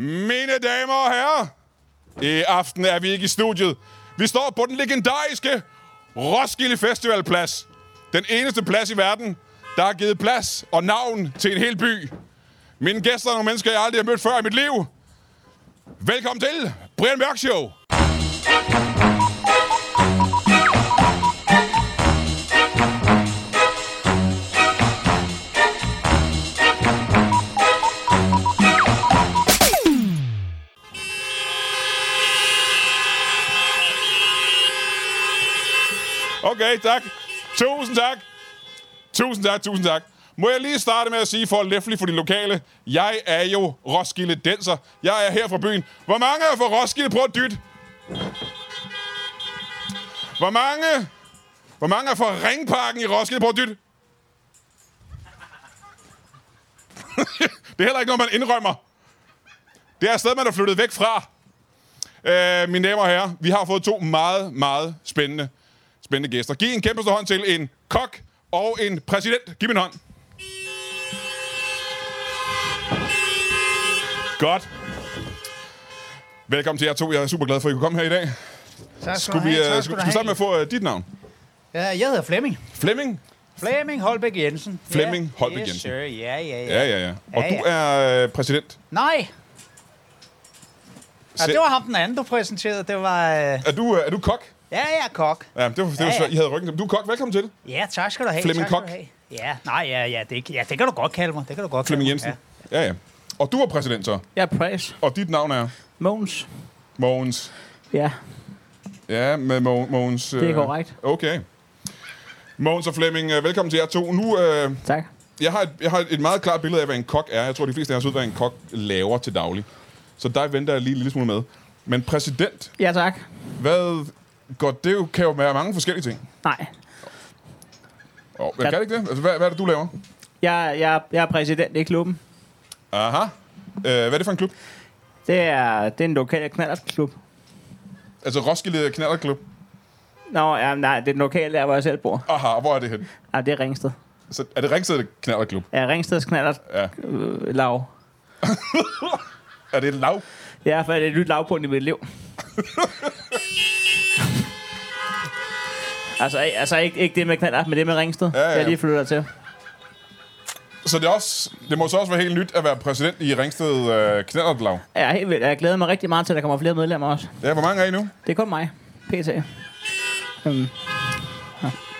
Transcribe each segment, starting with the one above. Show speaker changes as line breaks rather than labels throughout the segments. Mine damer og herrer, i aften er vi ikke i studiet. Vi står på den legendariske Roskilde Festivalplads. Den eneste plads i verden, der har givet plads og navn til en hel by. Mine gæster er nogle mennesker, jeg aldrig har mødt før i mit liv. Velkommen til Brian Mørk Show. Okay, tak. Tusind tak. Tusind tak, tusind tak. Må jeg lige starte med at sige for Leffelig for de lokale, jeg er jo Roskilde Denser. Jeg er her fra byen. Hvor mange er fra Roskilde? Prøv at dytte. Hvor mange? Hvor mange er fra Ringparken i Roskilde? Prøv at dytte. det er heller ikke noget, man indrømmer. Det er et sted, man er flyttet væk fra. Øh, mine damer og herrer, vi har fået to meget, meget spændende, spændende gæster. Giv en kæmpe stor hånd til en kok og en præsident. Giv min hånd. Godt. Velkommen til jer to. Jeg er super glad for, at I kunne komme her i dag.
Tak skal
Skulle
du
vi,
have.
uh,
tak
skulle,
du
skulle vi starte med at
have.
få uh, dit navn?
Ja, jeg hedder Flemming.
Flemming?
Flemming Holbæk Jensen.
Flemming
ja.
Holbæk
yes,
Jensen.
Sir. Ja, ja, ja.
Ja, ja, ja. Og
Ja,
du
ja.
er øh, præsident.
Nej. Ja,
Selv-
det var ham den anden, du præsenterede. Det var... Øh...
Er du, øh, er du kok?
Ja, jeg er kok.
Ja, det var, det var
Ja, ja.
svært. I havde ryggen. til- Du er kok. Velkommen til.
Ja, tak skal du have.
Flemming
tak skal
Kok.
du have. Ja, nej, ja, ja, det, ja, det kan du godt kalde mig. Det kan du godt
Flemming
kalde
Jensen.
mig.
Ja, ja. Og du er præsident så.
Jeg er Price.
Og dit navn er
Mogens.
Mogens.
Ja,
Ja, med Mo- Mogens.
det er
øh,
korrekt.
Okay. Mogens og Flemming, øh, velkommen til jer to. Nu, øh,
Tak.
jeg, har et, jeg har et meget klart billede af, hvad en kok er. Jeg tror, de fleste af os ved, hvad en kok laver til daglig. Så der venter jeg lige en lille smule med. Men præsident,
Ja, tak.
hvad går det jo, kan jo være mange forskellige ting.
Nej.
Oh,
Ja.
jeg kan det ikke det? Altså, hvad, hvad er det, du laver?
Jeg, jeg, jeg er præsident i klubben.
Aha. Øh, hvad er det for en klub?
Det er, det er en lokal knallerklub.
Altså Roskilde Knallerklub.
Nå, ja, nej, det er den lokale der, hvor jeg selv bor.
Aha, og hvor er det hen?
Ja, det er Ringsted.
Så er det Ringsted Knallerklub?
Ja, Ringsteds knallert
Ja.
øh, lav.
Er det et lav?
Ja, for det er et nyt lavpunkt i mit liv. altså, ikke- altså ikke, ikke det med knallert, men det med Ringsted.
ja.
Jeg lige flytter til.
Så det, er også, det må så også være helt nyt at være præsident i Ringsted øh, Knallerklav.
Ja, helt vildt. Jeg glæder mig rigtig meget til, at der kommer flere medlemmer også.
Ja, hvor mange er I nu?
Det er kun mig. PT. Um,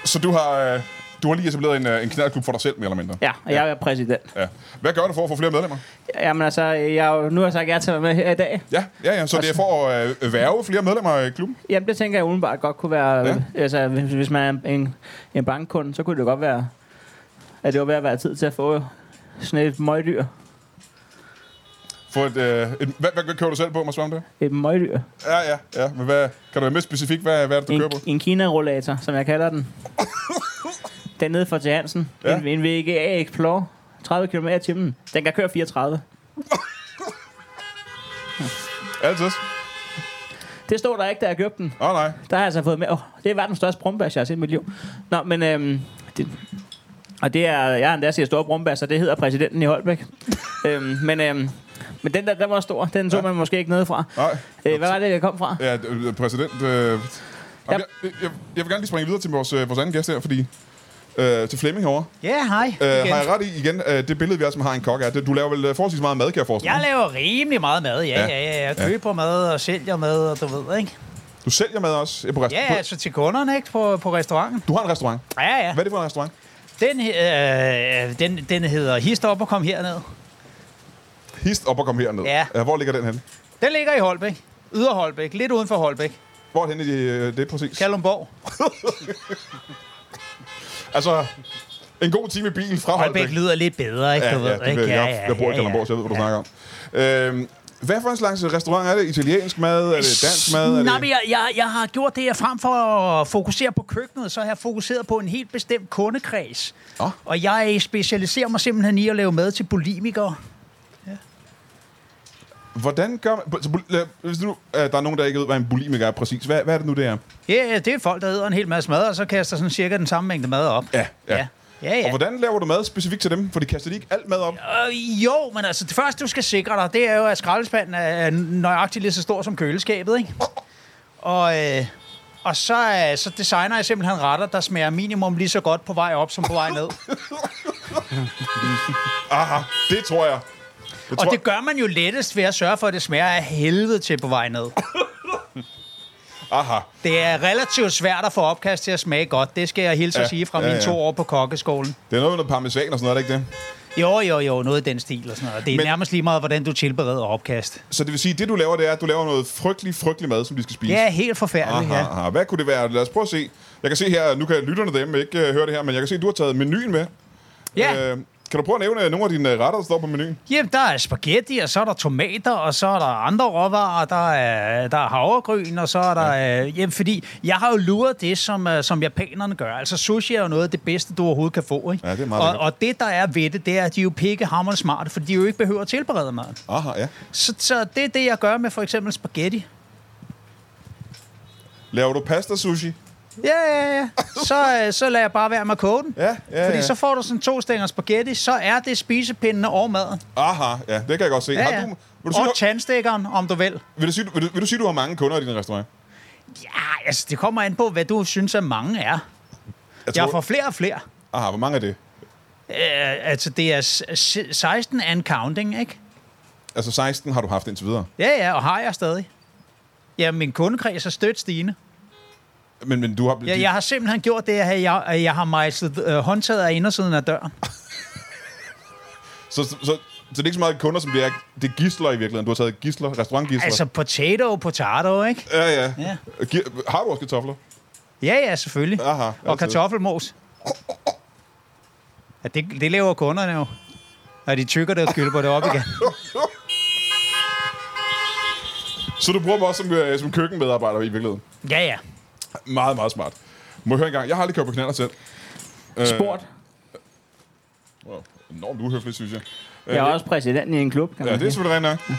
Så du har, øh, du har lige etableret en, øh, en knallerklub for dig selv, mere eller mindre.
ja, og jeg er præsident.
ja. Hvad gør du for at få flere medlemmer?
Jamen altså, jeg, er jo- nu har jeg sagt ja til at være med her i dag.
Ja, ja, ja. Så det er for at øh, værve flere medlemmer i klubben?
Jamen, det tænker jeg umiddelbart godt kunne være...
Ja.
Ja. Altså, hvis, hvis man er en, en bankkunde, så kunne det jo godt være, at det var ved at være tid til at få sådan et møgdyr.
For et, øh, et, hvad, hvad, kører du selv på, må jeg spørge om det?
Et møgdyr.
Ja, ja, ja. Men hvad, kan du være mere specifik? Hvad, hvad er det, du
En,
kører på?
en Kina-rollator, som jeg kalder den. den nede fra til Hansen.
Ja.
Ja. En, en VGA Explorer. 30 km i timen. Den kan køre 34.
Altid.
Det stod der ikke, da jeg købte den.
Åh, oh, nej.
Der har jeg altså fået med. Oh, det var den største brumbas, jeg har set i mit liv. Nå, men... Øhm, det, og det er... Jeg har endda siger store brumbas, og det hedder præsidenten i Holbæk. øhm, men, øhm, men den der, den var stor. Den så ja. man måske ikke nedefra.
Nej.
Øh, hvad var det, jeg kom fra?
Ja, øh, præsident. Øh, jeg, jeg, jeg, vil gerne lige springe videre til vores, øh, vores anden gæst her, fordi... Øh, til Flemming herovre.
Ja, ja hej.
Øh,
igen.
har jeg ret i igen, øh, det billede, vi også har en kok, er, det, du laver vel øh, forholdsvis meget mad, kan jeg forestille
Jeg
mig?
laver rimelig meget mad, ja,
Ja.
ja, ja. Jeg
Ja.
køber mad og sælger mad, og du ved, ikke?
Du sælger mad også ja, på
Ja,
restaurant.
altså til kunderne, ikke? På, på restauranten.
Du har en restaurant.
Ja, ja.
Hvad er det for en restaurant?
Den, øh, den, den hedder Hist op og kom herned.
Hist op og kom herned.
Ja.
Øh, Hvor ligger den henne?
Den ligger i Holbæk. Yder Holbæk. Lidt uden for Holbæk.
Hvor henne i øh, det er præcis?
Kalundborg.
Altså, en god time i bil fra Holbæk.
Holbæk lyder lidt bedre, ikke?
Ja,
du ved,
ja, det,
ikke?
ved jeg, jeg bor i Kalundborg, så jeg ved, hvad du snakker om. Øhm, hvad for en slags restaurant er det? Italiensk mad? Er det øh, dansk mad? Er
Nej,
det...
men jeg, jeg, jeg har gjort det, at frem for at fokusere på køkkenet, så har jeg fokuseret på en helt bestemt kundekreds.
Nå.
Og jeg specialiserer mig simpelthen i at lave mad til bulimikere.
Hvordan gør man... Så, bul- lad- hvis nu øh, der er nogen, der ikke ved, hvad en bulimiker er præcis, hvad, hvad er det nu, det er?
Ja, ja, det er folk, der æder en hel masse mad, og så kaster sådan cirka den samme mængde mad op.
Ja, ja.
ja. ja, ja.
Og hvordan laver du mad specifikt til dem? For de kaster de ikke alt mad op.
Øh, jo, men altså, det første, du skal sikre dig, det er jo, at skraldespanden er nøjagtigt lige så stor som køleskabet, ikke? Og, øh, og så, øh, så designer jeg simpelthen retter, der smager minimum lige så godt på vej op som på vej ned.
Aha, det tror jeg. Det
Og
tror,
det gør man jo lettest ved at sørge for, at det smager af helvede til på vej ned.
Aha.
Det er relativt svært at få opkast til at smage godt. Det skal jeg hilse
Ja,
at sige fra
ja,
mine
ja.
to år på kokkeskolen.
Det er noget med noget parmesan og sådan noget, er det ikke det?
Jo, jo, jo, noget i den stil og sådan noget. Det
Men-
er men, nærmest lige meget, hvordan du tilbereder opkast.
Så det vil sige, at det du laver, det er, at du laver noget frygtelig, frygtelig mad, som de skal spise.
Ja, helt forfærdeligt,
aha,
ja.
aha. Hvad kunne det være? Lad os prøve at se. Jeg kan se her, nu kan lytterne derhjemme ikke øh, høre det her, men jeg kan se, at du har taget menuen med.
Ja,
Øh, kan du prøve at nævne nogle af dine øh, retter, der står på menuen?
Jamen, der er spaghetti, og så er der tomater, og så er der andre råvarer, og der er, der er havregryn, og så er der... Ja. Øh, jamen, fordi jeg har jo luret det, som, øh, som japanerne gør. Altså, sushi er jo noget af det bedste, du overhovedet kan få, ikke?
Ja, det er meget
og,
lækkert.
og det, der er ved det, det er, at de er jo pikkehammerende smarte, fordi de jo ikke behøver at tilberede maden.
Aha, ja.
Så, så det er det, jeg gør med for eksempel spaghetti.
Laver du pasta sushi?
Ja, ja, ja. Så, øh, så lader jeg bare være med at koge den.
Ja, ja,
Fordi
ja.
så får du sådan to stænger spaghetti, så er det spisepindene over maden.
Aha, ja, det kan jeg godt se.
Ja,
Har
ja.
du, vil, du sige,
Og tandstikkeren, om du vil.
vil, du sige, vil, du, vil du sige, du har mange kunder i din restaurant?
Ja, altså, det kommer an på, hvad du synes, at mange er.
Jeg
Jeg får flere og flere.
Aha, hvor mange er det?
Øh, altså, det er s- s- 16 and counting, ikke?
Altså 16 har du haft indtil videre.
Ja, ja, og har jeg stadig. Ja, min kundekreds er stødt stigende.
Men, men du har...
Ja, jeg har simpelthen gjort det, at jeg, at jeg har mejslet øh, håndtaget af indersiden af døren.
Så, så, så, så det er ikke så meget kunder, som det er, det er gisler i virkeligheden. Du har taget gisler, restaurantgisler.
Altså, potato, potato, ikke?
Ja, ja.
Ja.
Gi- Har du også kartofler?
Ja, ja, selvfølgelig.
Aha, altid.
og kartoffelmos. Ja, det, det laver kunderne jo. Når de tykker det og skylder det op igen.
Så du bruger dem også som, øh, som køkkenmedarbejder i virkeligheden.
Ja, ja.
Meget, meget smart. Må jeg høre en gang? Jeg har aldrig købt på knaller selv. Øh,
Sport.
Wow, enormt uhøfligt, synes jeg.
Jeg er også præsident i en klub, kan
Ja,
man
det er
sige.
selvfølgelig rent nok.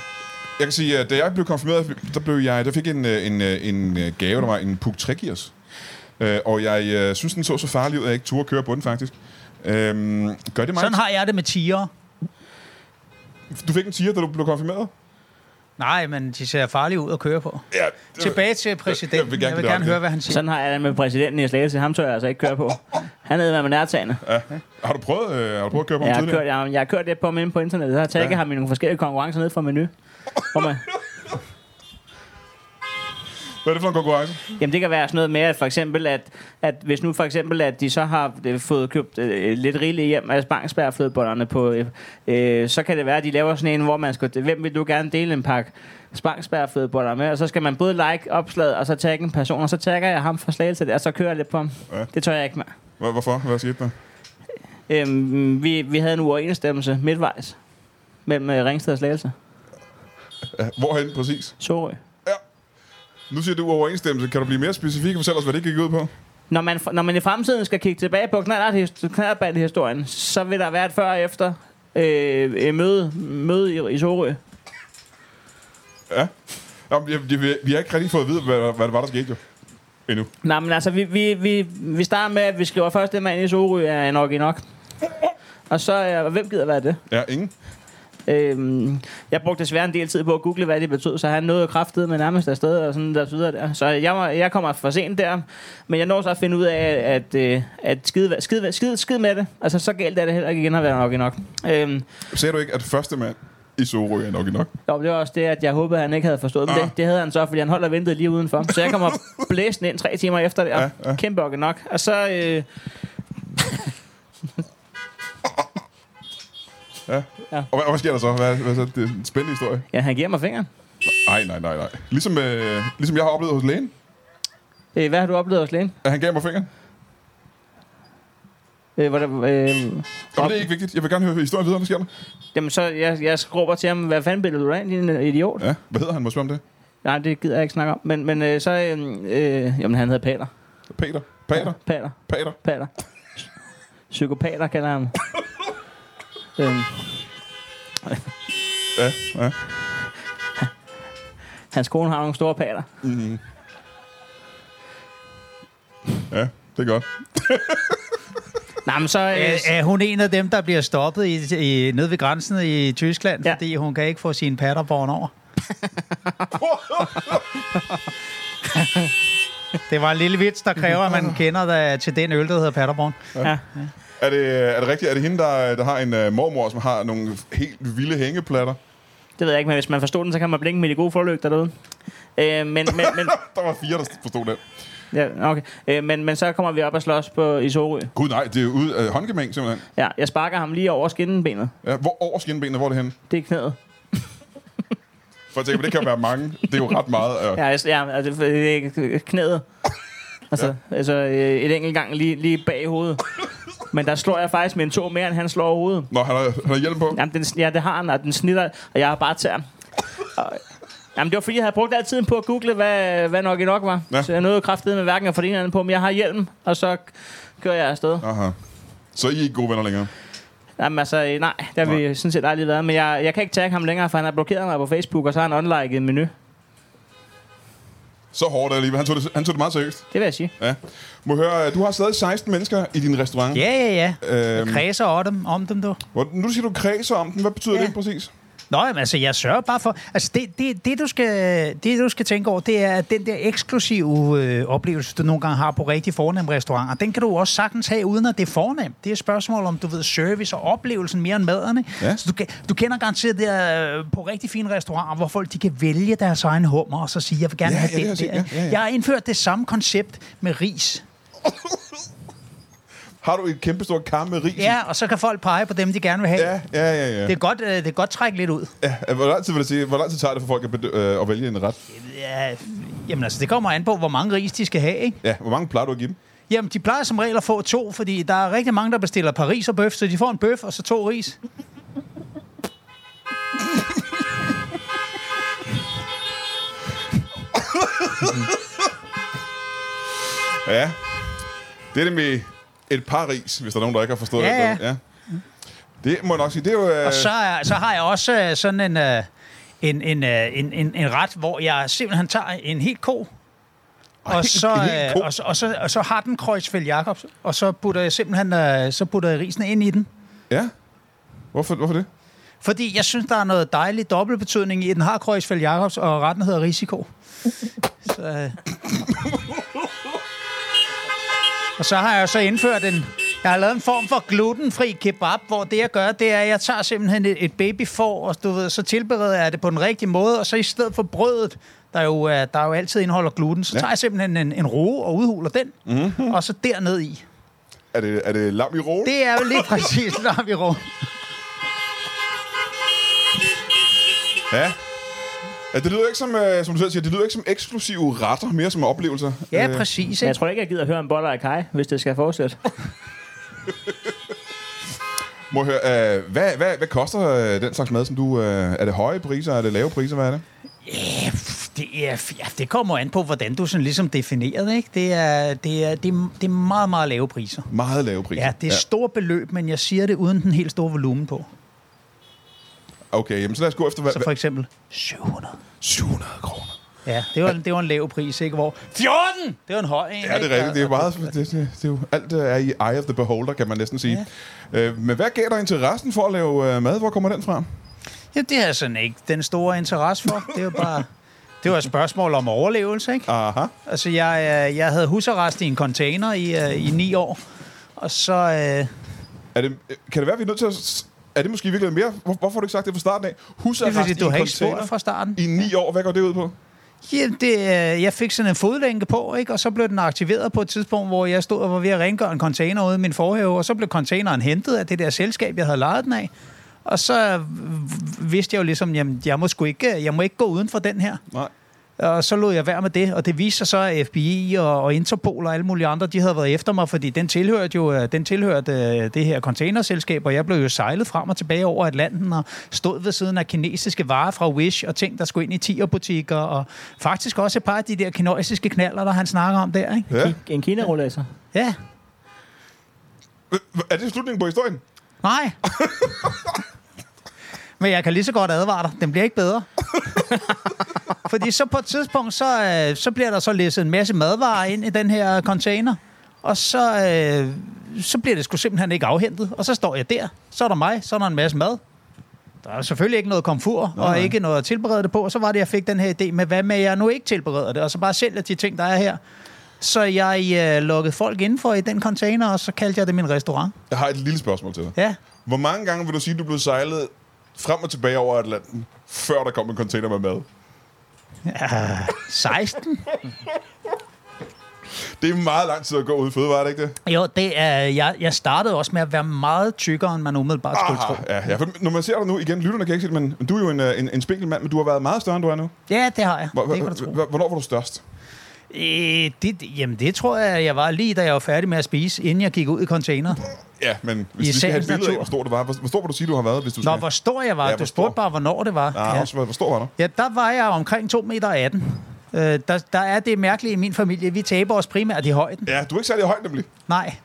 Jeg kan sige, at øh, da jeg blev konfirmeret, der, blev jeg, der fik jeg en, øh, en, øh, en øh, gave, der var en Puk Trekiers. Øh, og jeg øh, synes, den så så farlig ud, at jeg ikke turde køre på den, faktisk. Øhm, gør det mig?
Sådan har jeg det med tiger.
Du fik en tiger, da du blev konfirmeret?
Nej, men de ser farlige ud at køre på.
Ja.
Tilbage til præsidenten. Jeg vil gerne, jeg vil
give dig
gerne
ret, ja.
høre, hvad han siger.
Sådan har jeg det med præsidenten i Slagelse. Ham tør jeg altså ikke køre på. Han er med med nærtagende.
Har du prøvet, øh, har du prøvet at køre på ham
Jeg har,
tidligere?
kørt, jeg, har- jeg har kørt det på mig inde på internettet. Jeg har tagget
Ja.
ja. ham i nogle forskellige konkurrencer ned fra menu. Hvor man,
Hvad er det for en konkurrence?
Jamen det kan være sådan noget med, at for eksempel, at, at hvis nu for eksempel, at de så har øh, fået købt øh, lidt rigeligt hjem af spangsbærflødebollerne på, øh, øh, så kan det være, at de laver sådan en, hvor man skal, hvem vil du gerne dele en pakke spangsbærflødeboller med, og så skal man både like opslaget, og så tagge en person, og så tagger jeg ham fra slagelse der, og så kører jeg lidt på ham.
Ja.
Ja. Det tør jeg ikke med.
Hvor- Hvorfor? Hvad skete der?
Øhm, vi, vi havde en uoverensstemmelse midtvejs mellem øh, Ringsted og Slagelse.
Ja, Hvorhen præcis?
Sorø.
Nu siger du overensstemmelse. Kan du blive mere specifik og fortælle os, hvad det gik ud på?
Når man, når man i fremtiden skal kigge tilbage på knallerthistorien, så vil der være et før og efter øh, øh, møde, møde i, i Sorø.
Ja. Jamen, jeg, jeg, vi har ikke rigtig fået at vide, hvad, hvad det var, der skete jo. Endnu.
Nej, men altså, vi, vi, vi, vi starter med, at vi skriver først, det mand i Sorø er nok i nok. Og så, øh, hvem gider være det?
Ja, ingen.
Øhm, jeg brugte desværre en del tid på at google, hvad det betød, så han nåede kraftet med nærmest afsted og sådan der, så videre der. Så jeg, var, jeg kommer for sent der, men jeg når så at finde ud af, at, at, at skide, skide, skide, skide med det. Altså, så galt er det heller ikke igen at være nok i nok. Øhm,
Sagde du ikke, at første mand i Sorø er nok i nok?
Jo, det var også det, at jeg håbede, at han ikke havde forstået. Men
Ah.
det, det havde han så, fordi han holdt og ventede lige udenfor. Så jeg kommer blæsende ind tre timer efter det.
Ja,
Ja,
ja.
ja. Kæmpe okke nok. Og så... Øh,
Ja.
Ja.
Og hvad, og hvad sker der så? Hvad, hvad så? Det er en spændende historie.
ja, han giver mig fingeren.
Nej, nej, nej, nej. Ligesom, øh, ligesom jeg har oplevet hos lægen,
Øh, hvad har du oplevet hos lægen?
at han gav mig fingeren.
Øh, hvor der, øh,
Nå, men det er ikke vigtigt. Jeg vil gerne høre historien videre, hvad sker der?
jamen, så jeg, jeg råber til ham, hvad fanden billeder du af, din øh, idiot?
Ja, hvad hedder han? Må jeg spørge om det?
Nej, det gider jeg ikke snakke om. Men, men øh, så, øh, øh, jamen han hedder Pater.
Peter. Peter.
Pater.
Peter.
Pater. Psykopater kalder jeg ham. øhm,
Ja, ja.
hans kone har nogle store pater.
Ja, det er godt.
Nej, men så... Øh,
Er, er hun en af dem, der bliver stoppet i, i, nede ved grænsen i Tyskland,
Ja.
ja. fordi hun kan ikke få sine patter på over? det var en lille vits, der kræver, at man kender der, til den øl, der hedder Paderborn.
ja.
Er det, er det rigtigt? Er det hende, der, der har en uh, mormor, som har nogle helt vilde hængeplatter?
Det ved jeg ikke, men hvis man forstod den, så kan man blinke med de gode forlygter derude. Øh, men, men, men,
Der var fire, der forstod det.
ja, okay. øh, men, men så kommer vi op og slås på, i Sorø.
Gud nej, det er ud af uh, håndgemæng simpelthen.
Ja, jeg sparker ham lige over skinnebenet.
Ja, hvor over skinbenet, hvor er det henne?
Det er knæet.
For jeg tænker, men det kan jo være mange. Det er jo ret meget. Uh,
Ja, altså, ja, altså øh, øh, knæet. Altså, ja. altså øh, et enkelt gang lige, lige bag hovedet. Men der slår jeg faktisk med en to mere, end han slår over hovedet.
Nå, han har, han har hjelm på.
Jamen, den, ja, det har han, og den snitter, og jeg har bare tæer. Og- Jamen, det var fordi, jeg havde brugt al tiden på at google, hvad, hvad nok i nok var.
Ja.
Ja. Så jeg nåede kraftedet med hverken at få det ene eller andet på, men jeg har hjelm, og så kører jeg afsted. Ja.
Aha. Så er I ikke gode venner længere.
Jamen altså, øh, nej, der har vi sådan set aldrig været. Men jeg, jeg kan ikke tagge ham længere, for han har blokeret mig på Facebook, og så har han unliket en menu.
Så hårdt alligevel. Han tog det, han tog det meget seriøst.
Det vil jeg sige.
Ja. Må jeg høre, øh, du har stadig 16 mennesker i din restaurant.
Ja, ja, ja.
Øhm,
Jeg kredser om dem, om dem, du.
hvor- nu siger du kredser om den. Hvad betyder ja. det præcis?
Nå, jamen, altså, jeg sørger bare for... Altså, det, det, det, du skal, det, du skal tænke over, det er, at den der eksklusive øh, oplevelse, du nogle gange har på rigtig fornemme restauranter, den kan du også sagtens have, uden at det er fornemt. Det er et spørgsmål om, du ved, service og oplevelsen mere end maderne.
Ja.
Så du, kan- du kender garanteret det øh, på rigtig fine restauranter, hvor folk de kan vælge deres egen hummer, og så sige, jeg vil gerne
Ja, ja,
have
det har
den
jeg set. Ja,
der.
ja, ja.
Jeg har indført det samme koncept med ris.
Har du et kæmpe stort kar med ris? i?
Ja, og så kan folk pege på dem, de gerne vil have.
Ja, ja, ja. ja.
Det er godt, øh, det er godt trække lidt ud.
ja hvor, lang tid vil det sige, hvor lang tid tager det for folk at, bedø- øh, at vælge en ret?
Ja, jamen altså, det kommer an på, hvor mange ris de skal have, ikke?
Ja, hvor mange plejer du at give dem?
Jamen, de plejer som regel at få to, fordi der er rigtig mange, der bestiller Paris og bøf, så de får en bøf og så to ris.
Ja. Det er det med et par ris, hvis der er nogen, der ikke har forstået
Ja,
det. Ja. Det må jeg nok sige. Det er jo... Øh,
Og så, er- så har jeg også øh, sådan en, øh, en, en, øh, en, en, en ret, hvor jeg simpelthen tager en helt ko, og så,
en hel
øh,
ko?
og, så, og, så, og så har den Kreuzfeldt Jacobs, og så putter jeg simpelthen øh, så putter jeg risen ind i den.
Ja. Hvorfor, hvorfor det?
Fordi jeg synes, der er noget dejlig dobbeltbetydning i, at den har Kreuzfeldt Jacobs, og retten hedder Risiko. Så, øh. Og så har jeg så indført en... Jeg har lavet en form for glutenfri kebab, hvor det jeg gør, det er, at jeg tager simpelthen et, et babyfor, og du ved, så tilbereder jeg det på den rigtige måde, og så i stedet for brødet, der jo, er- der jo altid indeholder gluten, så
Ja. Mhm.
ja. tager jeg simpelthen en, en roe og udhuler den, mm-hmm. og så derned i.
Er det, er det lam i roen?
Det er jo lige præcis, når vi rundt.
Ja. ja. Det lyder ikke som, øh, som du selv siger, det lyder ikke som eksklusive retter, mere som oplevelser.
Ja,
Øh,
præcis.
Men
Ikke?
jeg tror ikke, jeg gider at høre en boller af kaj, hvis det skal fortsætte.
Må jeg høre, øh, hvad, hvad, hvad koster øh, den slags mad, som du... Øh, er det høje priser, er det lave priser, hvad er det?
Ja, pff, det, er, ja, det kommer an på, hvordan du sådan ligesom definerer det. Ikke? Det, er, det, er, det, er, det er meget, meget lave priser.
Meget lave priser.
Ja, det er store beløb, men jeg siger det uden den helt store volumen på.
Okay, jamen, så lad os gå efter... Hvad,
Så for eksempel 700.
700 kroner.
Ja, det var, en- det var en lav pris, ikke? Hvor 14! Det var en høj en,
Ja, det
ikke?
er rigtigt. Det er
Og-
meget... Det, det, det er jo, alt øh, er i eye of the beholder, kan man næsten sige. Ja. Øh, men hvad gav dig interessen for at lave øh, mad? Hvor kommer den fra?
Ja, det er sådan ikke den store interesse for. Det var bare... Det var et spørgsmål om overlevelse, ikke?
Aha.
Altså, jeg, øh, jeg havde husarrest i en container i, øh, i ni år. Og så... Øh,
Er det, øh, kan det være, vi er nødt til at... s- Er det måske virkelig mere? Hvor, hvorfor har du ikke sagt det fra starten af?
det er
Husarrest
fordi,
i
du
en
har ikke
container
spurgt fra starten.
i ni år. Hvad går det ud på?
Jamen, det, øh, jeg fik sådan en fodlænke på, ikke? og så blev den aktiveret på et tidspunkt, hvor jeg stod og var ved at rengøre en container ude i min forhave, og så blev containeren hentet af det der selskab, jeg havde lejet den af. Og så øh, vidste jeg jo ligesom, jamen, jeg må, sgu ikke, jeg må ikke gå uden for den her.
Nej.
Og så lod jeg være med det, og det viste sig så, at FBI og, og Interpol og alle mulige andre, de havde været efter mig, fordi den tilhørte jo øh, den tilhørte øh, det her containerselskab, og jeg blev jo sejlet frem og tilbage over Atlanten og stod ved siden af kinesiske varer fra Wish og ting, der skulle ind i tierbutikker, og faktisk også et par af de der kinesiske knaller, der han snakker om der, ikke?
Ja.
En Kina-rollator.
Ja.
Er det slutningen på historien?
Nej. Men jeg kan lige så godt advare dig. Den bliver ikke bedre. Fordi så på et tidspunkt, så, øh, så bliver der så læsset en masse madvarer ind i den her container. Og så, øh, så bliver det sgu simpelthen ikke afhentet. Og så står jeg der. Så er der mig. Så er der en masse mad. Der er selvfølgelig ikke noget komfur, Nå, og
nej.
ikke noget at tilberede det på. Og så var det, jeg fik den her idé med, hvad med jeg nu ikke tilbereder det? Og så bare sælger de ting, der er her. Så jeg øh, lukkede folk indenfor i den container, og så kaldte jeg det min restaurant.
Jeg har et lille spørgsmål til dig.
Ja.
Hvor mange gange vil du sige, at du blev sejlet frem og tilbage over Atlanten, før der kom en container med mad?
16?
Det er meget lang tid at gå uden fødevare, er det ikke det?
Jo, det er, jeg, jeg startede også med at være meget tykkere, end man umiddelbart skulle tro.
Aha, Ah, ja, ja. For når man ser dig nu, igen, lytterne kan ikke se det, men men du er jo en, øh, en, en spinkel mand, men du har været meget større, end du er nu.
Ja, det har jeg.
Hvor,
det kan du tro.
hvor, hvornår var du størst?
Øh, det, det- jamen, det tror jeg, jeg var lige da jeg var færdig med at spise, inden jeg gik ud i container.
Ja, men hvis
I
vi skal have et
sagens
billede af,
natur.
hvor stor det var, hvor, hvor stor vil du sige, du har været, hvis du
Nå,
skal...
hvor stor jeg var.
Ja,
Ja,
hvor
du
stor.
spurgte bare, hvornår det var.
Ah,
ja.
også, hvor, hvor stor var du?
ja, der var jeg omkring 2 meter 18. Øh, der, der er det mærkelige i min familie. Vi taber os primært i højden.
Ja, du er ikke særlig høj, nemlig.
Nej.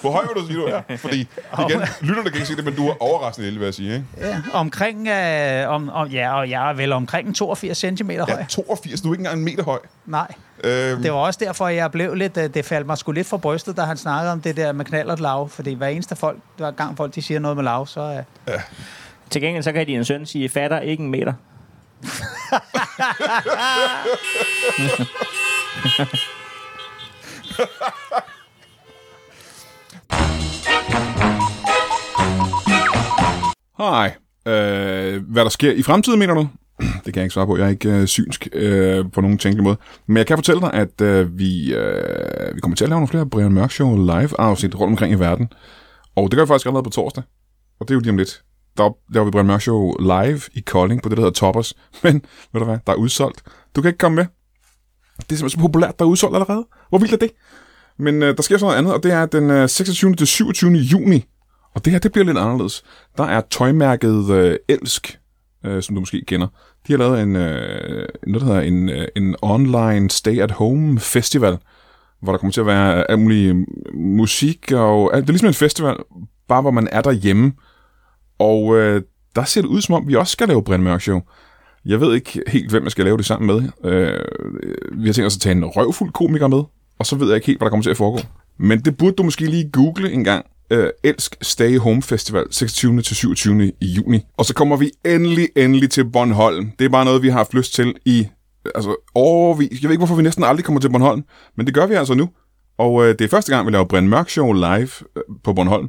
Hvor høj vil du sige, du er? Fordi, igen, lytterne kan ikke se det, men du er overraskende lille, vil jeg sige, ikke?
Ja. Omkring, øh, om, om, ja, og jeg er vel omkring 82 cm høj.
Ja, 82, du er ikke engang en meter høj.
Nej.
Øhm,
Mm. Det var også derfor, jeg blev lidt, øh, det faldt mig sgu lidt for brystet, da han snakkede om det der med knallert lav, fordi hver eneste folk, hver gang folk de siger noget med lav, så øh,
Til gengæld så kan din søn sige, fatter ikke en meter.
Hej. Øh, hvad der sker i fremtiden, mener du? Det kan jeg ikke svare på. Jeg er ikke øh, synsk øh, på nogen tænkelig måde. Men jeg kan fortælle dig, at øh, vi, øh, vi kommer til at lave nogle flere Brian Mørk Show live-afsnit rundt omkring i verden. Og det gør vi faktisk allerede på torsdag. Og det er jo lige om lidt. Der laver vi Brian Mørk Show live i Kolding på det, der hedder Toppers. Men ved du hvad, der er udsolgt. Du kan ikke komme med. Det er simpelthen så populært, der er udsolgt allerede. Hvor vildt er det? Men øh, der sker så noget andet, og det er den øh, 26. til 27. juni, og det her, det bliver lidt anderledes. Der er tøjmærket øh, Elsk, øh, som du måske kender. De har lavet en, øh, noget, der hedder en, øh, en online stay-at-home festival, hvor der kommer til at være øh, alt mulig musik og... alt- Det er ligesom en festival, bare hvor man er derhjemme. Og øh, der ser det ud, som om vi også skal lave Brian Mørk Show. Jeg ved ikke helt, hvem jeg skal lave det sammen med. Øh, vi har tænkt os at tage en røvfuld komiker med, og så ved jeg ikke helt, hvad der kommer til at foregå. Men det burde du måske lige google en gang. Øh, Elsk Stay Home Festival 26. til 27. i juni. Og så kommer vi endelig, endelig til Bornholm. Det er bare noget, vi har haft lyst til i øh, altså, årvis. Jeg ved ikke, hvorfor vi næsten aldrig kommer til Bornholm, men det gør vi altså nu. Og øh, det er første gang, vi laver Brian Mørk Show live øh, på Bornholm.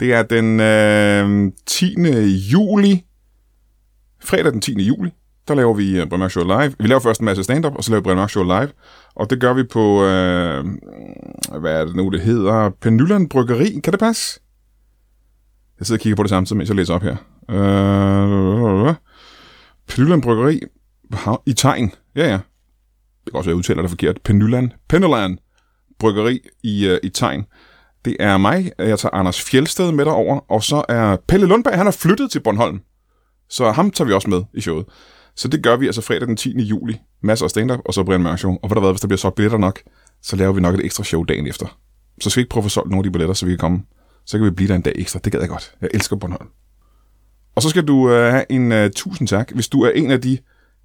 Det er den øh, 10. juli fredag den 10. juli, der laver vi øh, Brian Mørk Show live. Vi laver først en masse stand-up, og så laver vi Brian Mørk Show live. Og det gør vi på, øh, hvad er det nu, det hedder? Penylland Bryggeri. Kan det passe? Jeg sidder og kigger på det samtidig, mens jeg læser op her. Øh, Penylland Bryggeri Hav- i Tegn. Ja, ja. Det kan også være, jeg udtaler det forkert. Penylland. Penylland Bryggeri i, øh, i Tegn. Det er mig. Jeg tager Anders Fjeldsted med derover, og så er Pelle Lundberg, han er flyttet til Bornholm. Så ham tager vi også med i showet. Så det gør vi altså fredag den 10. juli. Masser af stand-up, og så Brian Mørk Show. Og hvad der hvad, hvis der bliver solgt billetter nok, så laver vi nok et ekstra show dagen efter. Så skal vi ikke prøve at få solgt nogle af de billetter, så vi kan komme. Så kan vi blive der en dag ekstra. Det gad jeg godt. Jeg elsker Bornholm. Og så skal du øh, have en øh, tusind tak. Hvis du er en af de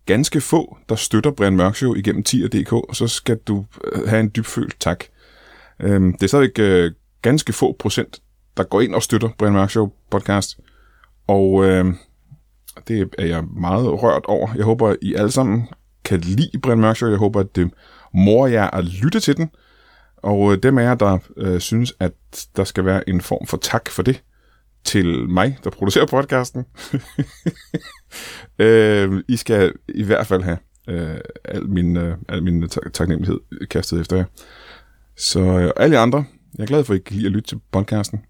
ganske få, der støtter Brian Mørk Show igennem 10.dk, så skal du øh, have en dybfølt tak. Øhm, det er stadigvæk øh, ganske få procent, der går ind og støtter Brian Mørk Show podcast. Og øh, det er jeg meget rørt over. Jeg håber, I alle sammen kan lide Brian Mørk Show. Jeg håber, at det morer jer at lytte til den. Og øh, dem af jer, der øh, synes, at der skal være en form for tak for det til mig, der producerer podcasten. øh, I skal i hvert fald have øh, al min, øh, al min tak- taknemmelighed kastet efter jer. Så øh, alle jer andre, jeg er glad for, at I kan lide at lytte til podcasten.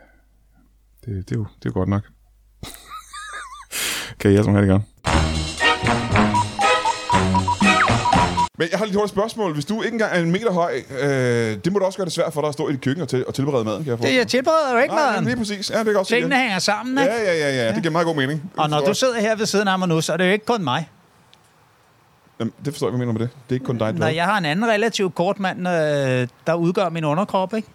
Det, det, er, jo, det er jo godt nok. kan I alle sammen have det godt. Men jeg har lige et hurtigt spørgsmål. Hvis du ikke engang er en meter høj, øh, det må da også gøre det svært for dig at stå i dit køkken og, til, og tilberede maden, kan jeg få.
Det, jeg tilbereder jo ikke
Nej,
maden.
jamen, lige præcis. Ja, det kan jeg godt se,
Tingene
ja.
hænger sammen, ikke?
Ja, ja, ja, ja, det giver meget god mening. Det
Og når
forstår
du
jeg.
sidder her ved siden af mig nu, så er det jo ikke kun mig.
Jamen, det forstår jeg, hvad jeg mener med det. Det er ikke kun dig, du
Når
har.
jeg har en anden relativt kort mand, øh, der udgør min underkrop, ikke?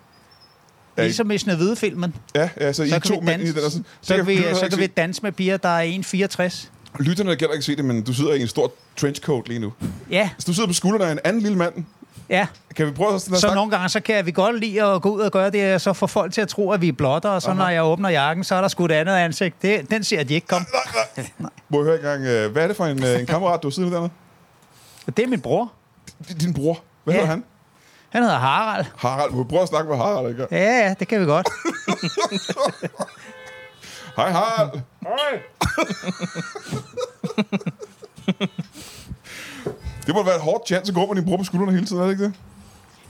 Ja,
Ligesom i Snevide-filmen.
Ja, ja, så, I
Så
er
kan
to
vi
mænd i
danse,
den. Og sådan.
så
Det
kan vi,
lytterne
så
ikke
kan vi
se.
danse med piger, der er
Lytterne kan heller ikke se det, men du sidder i en stor trenchcoat lige nu.
1,64. Ja,
Så du sidder på skuldrene af en anden lille mand.
ja.
Kan vi prøve at sådan at
Så
snakke?
nogle gange, så kan vi godt lide at gå ud og gøre det, og så få folk til at tro, at vi er blotter, og så
Aha.
når jeg åbner jakken, så er der sgu et andet ansigt. Det, den ser de ikke komme.
Må jeg høre engang, øh, hvad er det for en, øh, en kammerat, du sidder med dernede?
Det er min bror.
D- Din bror. Hvad
Ja.
hedder han?
Han hedder Harald.
Harald. Må vi prøve at snakke med Harald? Ikke?
Ja, ja, det kan vi godt.
Hej, Harald.
Hej.
Det må da være et hårdt chance at gå med din bror på skuldrene hele tiden, er det ikke det?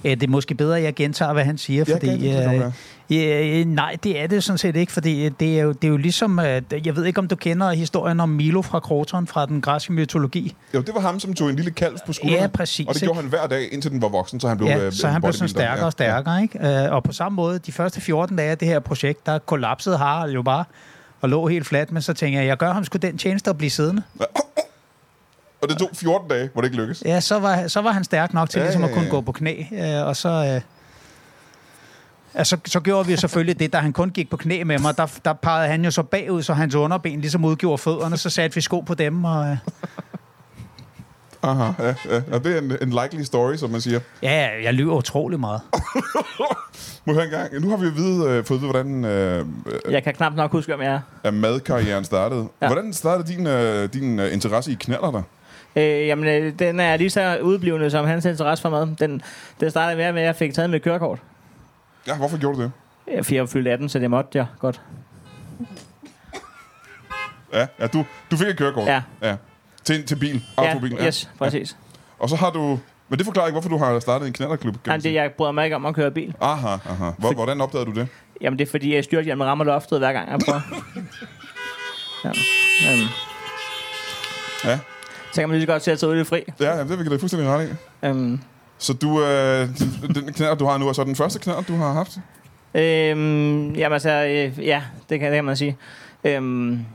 Ja, Øh, det er måske bedre, at jeg gentager, hvad han siger,
Ja,
fordi...
gør det, det kan
øh,
godt
øh, øh, nej, det er det sådan set ikke, fordi øh, det er jo, det er jo ligesom... Øh, jeg ved ikke, om du kender historien om Milo fra Kroton, fra den græske mytologi.
Jo, det var ham, som tog en lille kalv på skuldrene.
Ja, præcis,
Og det
ikke?
gjorde han hver dag, indtil den var voksen, så han blev
Ja,
øh,
så han blev sådan
bodybuilder.
stærkere og stærkere, ikke? Øh, og på samme måde, de første 14 dage af det her projekt, der kollapsede Harald jo bare og lå helt fladt, men så tænkte jeg, jeg gør ham sgu den tjeneste at blive siddende.
Og det tog 14 dage, hvor det ikke lykkedes.
Ja, så var, så var han stærk nok til
Ja,
ja, ligesom
ja,
at kunne
ja.
ja. gå på knæ, øh, og så... Øh, ja, så, så gjorde vi jo selvfølgelig det, da han kun gik på knæ med mig, der, der pegede han jo så bagud, så hans underben ligesom udgjorde fødderne, så satte vi sko på dem, og øh,
Aha, ja, ja. Og det er en, en likely story, som man siger.
ja, jeg lyver utrolig meget.
Må jeg høre en gang. Nu har vi jo vide, øh, fået at vide, hvordan øh,
Jeg kan knap nok huske, om jeg er.
øh, madkarrieren startede. Ja.
Ja.
Hvordan startede din, øh, din øh, interesse i knaller der?
Øh, jamen, øh, den er lige så udblivende som hans interesse for mad. Den, den startede med, at jeg fik taget mit kørekort.
Ja, hvorfor gjorde du det?
Øh, fordi Jeg var fyldt 18, så det måtte jeg godt.
Ja, ja du, du fik et kørekort.
Ja.
ja. Til, til bil, autobilen.
ja, yes, præcis.
Og så har du... Men det forklarer ikke, hvorfor du har startet en knallerklub. kan
Ja.
man
Jamen, det,
sige.
jeg bryder mig ikke om at køre bil.
Aha, aha. Hvor, hvordan opdagede du det?
Jamen, det er fordi, jeg styrthjelmen rammer loftet hver gang, jeg prøver. ja. Øhm.
Ja.
Så kan man lige så godt sætte sig ud i det fri.
Ja, jamen, det fik jeg fuldstændig ret i.
Øhm.
Så du, øh, den knaller, du har nu, er så den første knaller, du har haft?
Øhm, jamen, altså, øh, ja, det kan, det kan man sige. Øhm.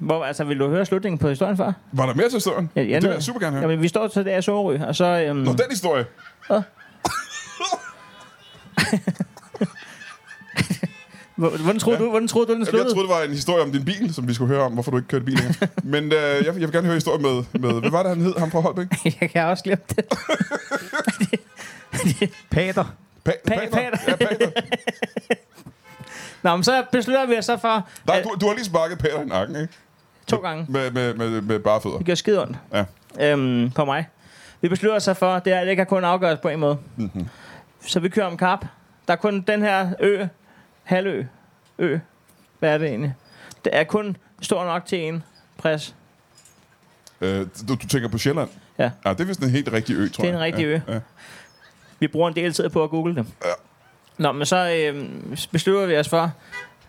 Hvor, altså, vil du høre slutningen på historien før?
Var der mere til historien?
Ja, ja,
det vil
nå.
jeg super gerne høre.
Jamen, vi står så der i Sorø, og så... Øhm,
Nå, den historie.
hvor- hvordan, troede
Ja.
ja. du, hvordan troede du, den
Jamen,
sluttede?
jeg troede, det var en historie om din bil, som vi skulle høre om, hvorfor du ikke kørte bil længere. Men øh, jeg, jeg vil gerne høre historien med, med... Hvad var det, han hed? Ham fra Holbæk?
jeg kan også glemme det.
Pater.
Pa-
Pater.
Ja, Pater.
Nå, men så beslutter vi os så for
Nej,
øh,
du, du har lige sparket Pater i nakken, ikke?
to gange.
Med, med, med, med bare fødder.
Det gør skide ondt
Ja.
øhm, på mig. Vi beslutter os så for, det her det kan kun afgøres på en måde. Mm-hmm. Så vi kører om kap. Der er kun den her ø, halvø, ø, hvad er det egentlig? Det er kun stor nok til en pres.
Øh, du, du tænker på Sjælland?
Ja.
ja. Det er vist en helt rigtig ø, tror
Det
jeg.
er en rigtig
ja.
ø.
Ja.
Vi bruger en del tid på at google det. Ja. Nå, men så øh, beslutter vi os for,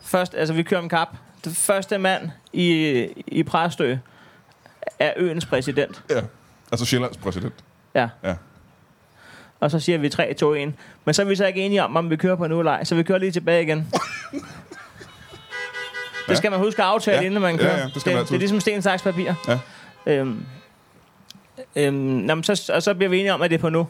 først, altså vi kører om kap. Den første mand i, i Præstø er øens præsident.
ja. Altså Sjællands præsident.
Ja.
Ja.
Og så siger vi 3, 2, 1. Men så er vi så ikke enige om, om vi kører på en ulej, så vi kører lige tilbage igen.
Ja.
det skal man huske at aftale,
Ja.
ja. inden man
Ja,
kører.
ja, det skal man
det,
altid
det er ligesom sten, saks, papir.
Ja.
Øhm, øhm, nå, men så, og så bliver vi enige om, at det er på nu.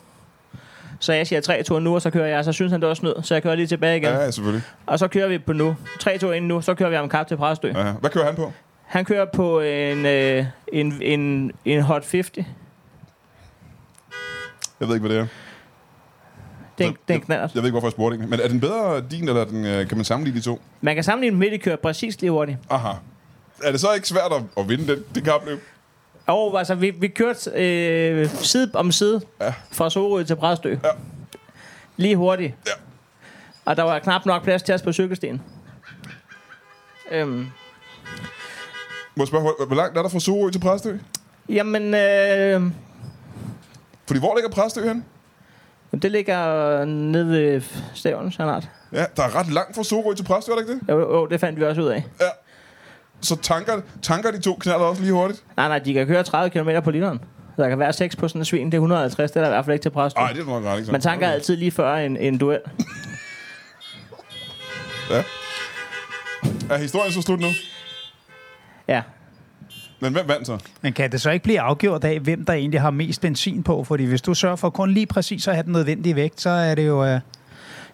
Så jeg siger 3, 2, nu, og så kører jeg. og Så synes han, det var snyd, så jeg kører lige tilbage igen.
Ja,
Ja.
ja selvfølgelig.
Og så kører vi på nu. 3, 2, 1 nu, så kører vi om kap til Præstø. Ja.
Ja. Hvad kører han på?
Han kører på en, øh, en, en, en Hot 50.
Jeg ved ikke, hvad det er.
Den,
Ja.
den knaller.
Jeg ved ikke, hvorfor jeg spurgte egentlig. Men er den bedre din, eller er den, øh, kan man sammenligne de to?
Man kan sammenligne med, at de kører præcis lige hurtigt.
Aha. Er det så ikke svært at, at vinde den, det kapløb?
Og altså, vi, vi kørte øh, side om side
Ja.
ja. fra Sorø til Præstø.
Ja.
Lige hurtigt.
Ja.
Og der var knap nok plads til os på cykelstien. Øhm,
Må jeg spørge, hvor, hvor langt er der fra Sorø til Præstø?
jamen, øh,
Fordi hvor ligger Præstø hen?
det ligger nede ved stævnen, sådan art.
Ja, der er ret langt fra Sorø til Præstø, er det ikke det?
Jo, jo, det fandt vi også ud af.
Så tanker, tanker de to knaller også lige hurtigt?
Nej, nej, de kan køre 30 km på literen. Der kan være 6 på sådan en svin. Det er 150, det er der i hvert fald ikke til præst.
Nej, det er du nok ret, ikke? så?
Man tanker altid lige før en, en duel.
Ja. Er historien så slut nu?
Ja.
Men hvem vandt så?
Men kan det så ikke blive afgjort af, hvem der egentlig har mest benzin på? Fordi hvis du sørger for kun lige præcis at have den nødvendige vægt, så er det jo, øh, det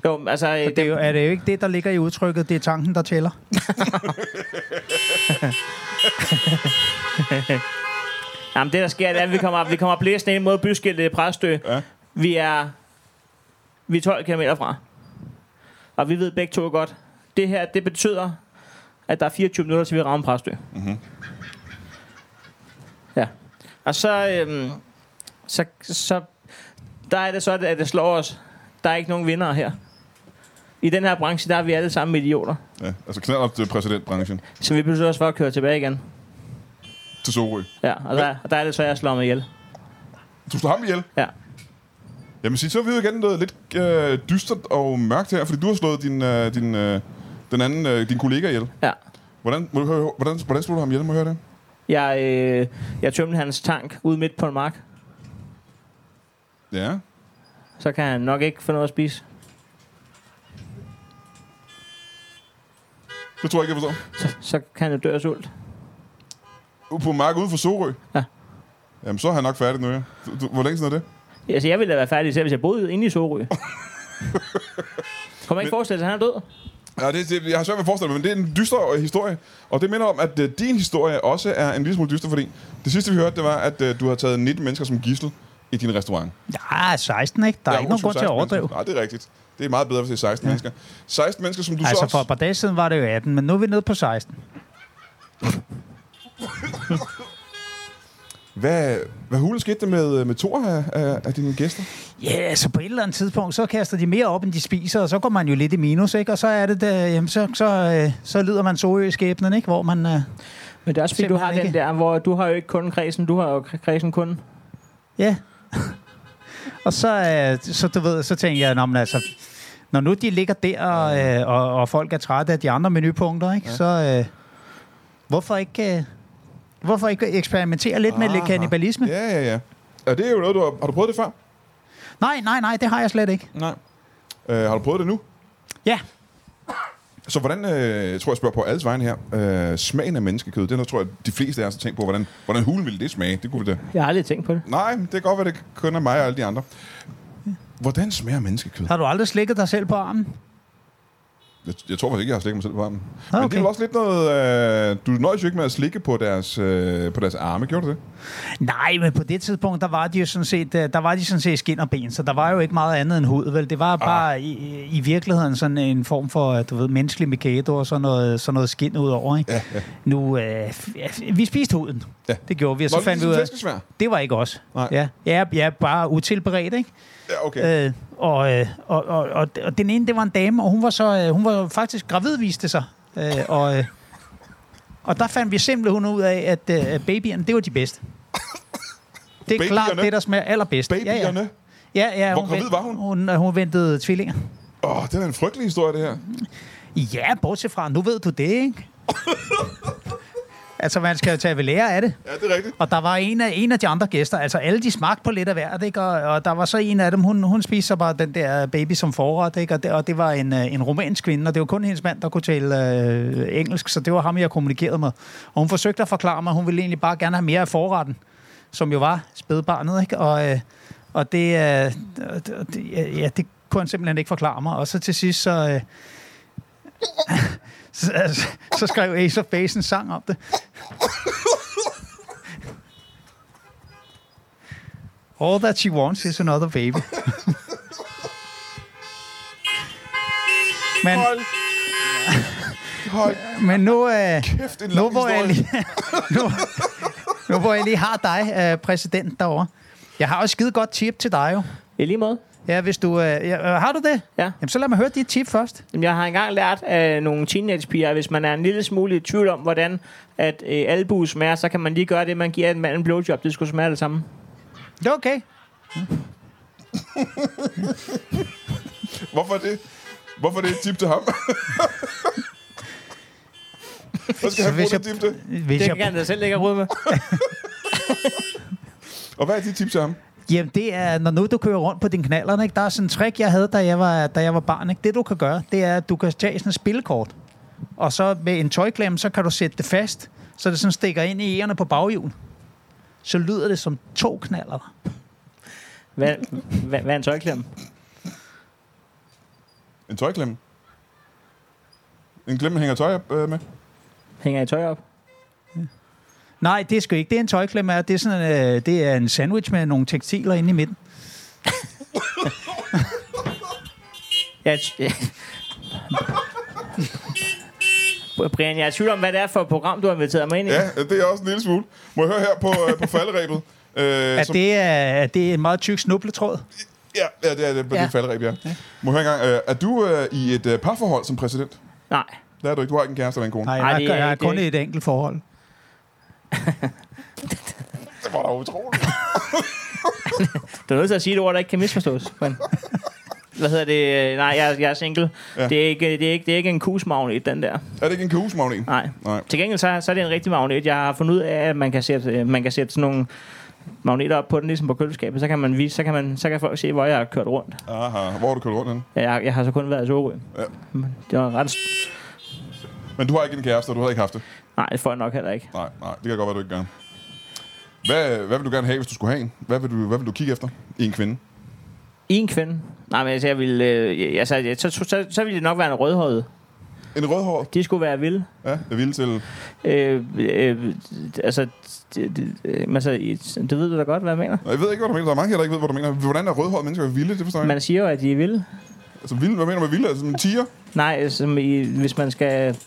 Jo, men altså... øh,
er jo, er det jo ikke det, der ligger i udtrykket. Det er tanken, der tæller.
Jamen, det der sker, det er, at vi kommer, vi kommer blæsende ind mod byskiltet i Præstø.
Ja.
Vi er, vi er 12 km fra. Og vi ved begge to godt, det her, det betyder, at der er 24 minutter, til vi rammer Præstø. Mm-hmm. Ja. Og så, øhm, så, så, der er det så, at det slår os. Der er ikke nogen vinder her. I den her branche, der er vi alle sammen idioter.
Ja, altså knald op til præsidentbranchen.
Så vi beslutter os for at køre tilbage igen.
Til Sorø.
Ja, og der, og der er det så, at jeg slår mig ihjel.
Du slår ham ihjel.
Ja.
Jamen sig, så er vi jo igen noget lidt øh, dystert og mørkt her, fordi du har slået din, øh, din, øh, den anden, øh, din kollega ihjel.
Ja.
Hvordan, må du høre, hvordan, hvordan slog du ham ihjel, må jeg høre det?
Jeg, øh, jeg tømte hans tank ude midt på en mark.
Ja.
Så kan han nok ikke få noget at spise.
Det tror jeg ikke, jeg forstår.
Så, så kan han jo dø af sult.
Ude På mark ude for Sorø?
Ja.
Jamen, så er han nok færdig nu, ja. Du, du, hvor længe siden er det?
Altså, jeg ville da være færdig selv, hvis jeg boede inde i Sorø. Kommer ikke forestille sig, at han er død?
Ja, det, det, jeg har svært ved at forestille mig, men det er en dyster øh, historie. Og det minder om, at øh, din historie også er en lille smule dyster, fordi det sidste, vi hørte, det var, at øh, du har taget 19 mennesker som gissel i din restaurant.
Ja, 16, ikke? Der er
Ja,
ja, ikke nogen
undskyld,
grund til
16
at overdrive.
Mennesker. Nej, det er rigtigt. Det er meget bedre, hvis det er 16 ja. mennesker. 16 mennesker, som du så...
Altså,
også-
for et par dage siden var det jo 18, men nu er vi nede på 16.
Hvad, hvad hulen skete der med, med to af, af, af dine gæster?
Ja, yeah, så på et eller andet tidspunkt, så kaster de mere op, end de spiser, og så går man jo lidt i minus, ikke? Og så er det, der, jamen, så, så, øh, så lider man soøskæbnen, ikke? Hvor man... Øh,
Men det er også fordi, du har
Simpelthen
den
ikke.
der, hvor du har jo ikke kun kredsen, du har jo kredsen kun.
Ja. og så, øh, så, du ved, så tænkte jeg, "Nå, men altså, når nu de ligger der, og, øh, og, og folk er trætte af de andre menupunkter, ikke, ja. så øh, hvorfor ikke... Øh, Hvorfor ikke eksperimentere lidt med lidt
Aha.
kannibalisme?
Ja, ja, ja. Og det er jo noget, du har... Har du prøvet det før?
Nej, nej, nej, det har jeg slet ikke.
Nej. Øh, har du prøvet det nu?
Ja,
Så hvordan, øh, jeg tror jeg spørger på alles vegne her, øh, smagen af menneskekød, det er noget, tror jeg, de fleste af os har tænkt på, hvordan, hvordan hulen ville det smage? Det kunne vi da.
Jeg har aldrig tænkt på det.
Nej, det kan godt være, det kun er mig og alle de andre. Hvordan smager menneskekød?
har du aldrig slikket dig selv på armen?
Jeg, jeg tror faktisk ikke, jeg har slikket mig selv på armen. Ah,
Ah,
Men det
okay.
er vel også lidt noget... Øh, du nøjes jo ikke med at slikke på deres, øh, på deres arme, gjorde du det?
Nej, men på det tidspunkt, der var de jo sådan set, øh, der var de sådan set i skin og ben, så der var jo ikke meget andet end hud, vel? Det var bare i, i virkeligheden sådan en form for, øh, du ved, menneskelig mikado og sådan noget, sådan noget skin ud over, ikke? Ja, ja. Nu, øh, f- ja, f- vi spiste huden.
Ja.
Ja. Det gjorde vi, og så
Nå,
fandt vi
ligesom
ud af,
flæskesvær.
det var ikke os.
Nej.
Ja, ja, ja, bare utilberedt, ikke?
Ja, okay.
Øh, og, øh, og, og, og, og den ene, det var en dame, og hun var så øh, hun var faktisk gravid, viste det sig. Øh, og, øh, og der fandt vi simpelthen ud af, at øh, at babyerne, det var de bedste. Det er
Babyerne?
klart det, der smager allerbedst.
Babyerne.
Ja, ja. ja, ja
Hvor
hun
gravid
vent-
var hun?
Hun, øh, hun ventede tvillinger.
Åh, oh, det er da en frygtelig historie, det her.
Ja, bortset fra, nu ved du det, ikke? altså, man skal jo tage ved lære af det.
Ja, det er rigtigt.
Og der var en af, en af de andre gæster, altså alle de smagte på lidt af hvert, ikke? Og, og der var så en af dem, hun, hun spiste så bare den der baby som forret, ikke? Og, det, og det var en, øh, en romansk kvinde, og det var kun hendes mand, der kunne tale øh, engelsk, så det var ham, jeg kommunikerede med. Og hun forsøgte at forklare mig, at hun ville egentlig bare gerne have mere af forretten, som jo var spædbarnet, ikke? Og, øh, og det, øh, og det- og det, ja, ja, det kunne han simpelthen ikke forklare mig. Og så til sidst, så... Øh, så, altså, så skrev Ace of Base en sang om det. All that she wants is another baby. men,
Hold. Hold
men nu, øh,
kæft, en
nu,
lang
hvor jeg
historie.
lige, nu, nu hvor jeg lige har dig, øh, præsident, derovre. Jeg har også skide godt tip til dig jo.
I lige måde.
Ja, hvis du... Øh, ja, øh, har du det?
Ja.
Jamen, så lad mig høre dit tip først.
Jamen, Jeg har engang lært af nogle teenagepiger, at hvis man er en lille smule i tvivl om, hvordan at øh, albu smager, så kan man lige gøre det, man giver en mand en blowjob. Det skulle smage det samme.
Det er okay.
Hvorfor er det? Hvorfor er det et tip til ham? Hvad skal
Så
han bruge
hvis
det tip til?
Hvis
Det
jeg,
kan jeg da selv ikke have råd med.
Og hvad er dit tip til ham?
Jamen, det er, når nu du kører rundt på din knaller, ikke? der er sådan en trick, jeg havde, da jeg var, da jeg var barn. Ikke? Det, du kan gøre, det er, at du kan tage sådan et spillekort, og så med en tøjklem, så kan du sætte det fast, så det sådan stikker ind i ærerne på baghjul. Så lyder det som to knaller.
Hvad, hvad, hvad er en tøjklemme?
En tøjklemme. En klemme hænger tøj op øh, med.
Hænger I tøj op?
Nej, det er sgu ikke. Det er en tøjklemme. og Det er, sådan, en, øh, det er en sandwich med nogle tekstiler inde i midten.
Jeg er t- Brian, jeg er i tvivl om, hvad det er for et program, du har inviteret mig ind i.
Ja, øh, det er også en lille smule. Må jeg høre her på, øh, på faldrebet? Øh,
Er
som-
det, øh, er, er det en meget tyk snubletråd?
Ja, ja, det er det, på ja.
Ja.
dit faldreb, ja. Må jeg høre engang, øh, er du øh, i et øh, parforhold som præsident?
Nej.
Der er du ikke. Du har ikke en kæreste eller en kone.
Nej,
Nej,
jeg,
det
jeg,
er-
jeg er
det er
kun i et enkelt forhold.
Det var da utroligt.
Du er nødt til at sige et ord, der ikke kan misforstås. Men, hvad hedder det? Nej, jeg, jeg er single.
Ja.
Ja. Det, er ikke, det, er ikke, det er ikke en kusmagnet, den der.
er det ikke en kusmagnet?
Nej.
Nej.
Til gengæld så, så er det en rigtig magnet. Jeg har fundet ud af, at man kan sætte, øh, man kan sætte sådan nogle magneter op på den, ligesom på køleskabet. Så kan, man vise, så kan, man, så kan folk se, hvor jeg har kørt rundt.
Aha, hvor har du kørt rundt henne?
Jeg, jeg har så kun været i Sorø.
Ja.
Men Det var ret...
Men du har ikke en kæreste, og du har ikke haft det?
Nej, det får jeg nok heller ikke.
Nej, nej, det kan godt være, du ikke gør. Hvad, hvad vil du gerne have, hvis du skulle have en? Hvad vil du, hvad vil du kigge efter i en kvinde?
En kvinde? Nej, men altså, jeg ville, øh, altså, jeg, så, så, så, så ville det nok være en rødhåret.
En rødhåret?
De skulle være vilde.
Ja, jeg vil til...
Øh, øh, altså, det, det, øh, altså, i- det ved du da godt, hvad jeg mener.
Nå, Jeg ved ikke, hvad du mener. Der er mange her, der ikke ved, hvad du mener. Hvordan er rødhåret mennesker vilde? Det forstår jeg ikke.
Man siger jo, at de er vilde.
Altså, vilde, hvad mener du med vilde? Altså, sådan en tiger?
Nej, altså, som i, hvis man skal...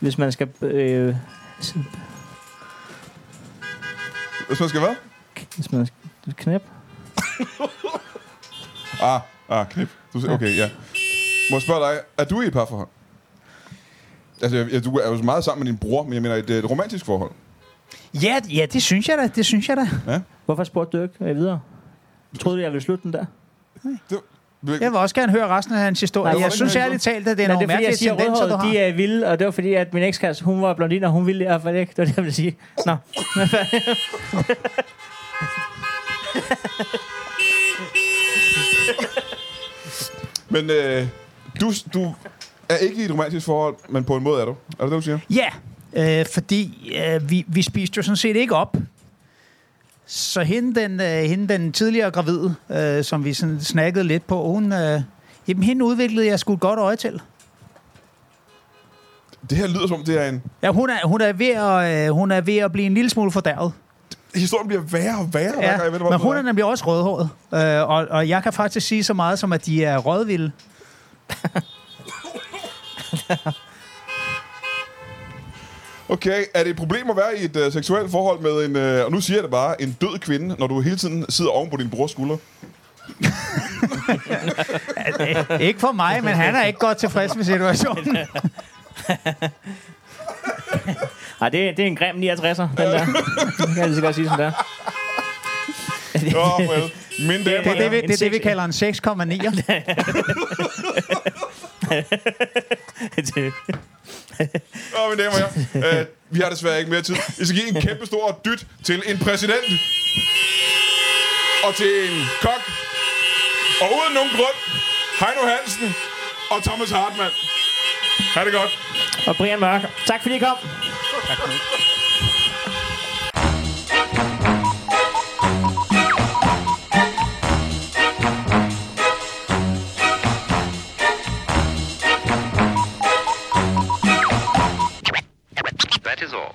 Hvis man skal... Øh, s-
Hvis man skal Altså, hvad?
k- hvis man skal knæppe.
Ah, ah, knip. Du siger, okay, ja. Må jeg spørge dig, er du i et parforhold? Altså, jeg, jeg, du er jo så meget sammen med din bror, men jeg mener, et, et romantisk forhold.
Ja, ja, det synes jeg da. Det synes jeg da.
Hvorfor spurgte du ikke øh, videre? Troede du, jeg ville slutte den der?
Du,
Jeg vil også gerne høre resten af hans historie.
Nej,
Nej, jeg
det
synes
kan jeg
ærligt talt, at det er
Nej, det
nogle
er fordi, jeg
mærkelige
siger, at
tendenser, du
de
har.
er vilde, og det var fordi, at min ekskæreste, hun var blondine, og hun ville i hvert fald ikke. Det var det, jeg ville sige. Nå,
Men øh, du, du er ikke i et romantisk forhold, men på en måde er du. Er det det, du siger?
Ja, øh, fordi øh, vi, vi spiste jo sådan set ikke op. Så hende den, øh, hende den tidligere gravide, øh, som vi sådan snakkede lidt på, hun, øh, jamen, hende udviklede jeg sgu et godt øje til.
Det her lyder som, om det er en...
Ja, hun er, hun, er ved at, øh, hun er ved at blive en lille smule fordærvet.
Historien bliver værre og værre, ja, hver gang jeg ved, hvor
men
den
hun er nemlig også rødhåret. Øh, og, og jeg kan faktisk sige så meget som, at de er rødvilde.
Okay, er det et problem at være i et øh, seksuelt forhold med en, øh, og nu siger jeg det bare, en død kvinde, når du hele tiden sidder oven på din brors skulder?
Øh, ikke for mig, men han er ikke godt tilfreds med situationen.
Nej, det, det er en grim 69'er, den der. Det kan jeg lige så godt sige, som det er.
Nå, well. Mine
Det er
damer,
Det er det, vi,
En
det, er det, vi
seks-
kalder en 6,9.
Nå, mine damer og herrer, øh, vi har desværre ikke mere tid. I skal give en kæmpe stor dyt til en præsident. Og til en kok. Og uden nogen grund, Heino Hansen og Thomas Hartmann. Ha' det godt.
og Brian Mørk, tak fordi I kom.
That is all.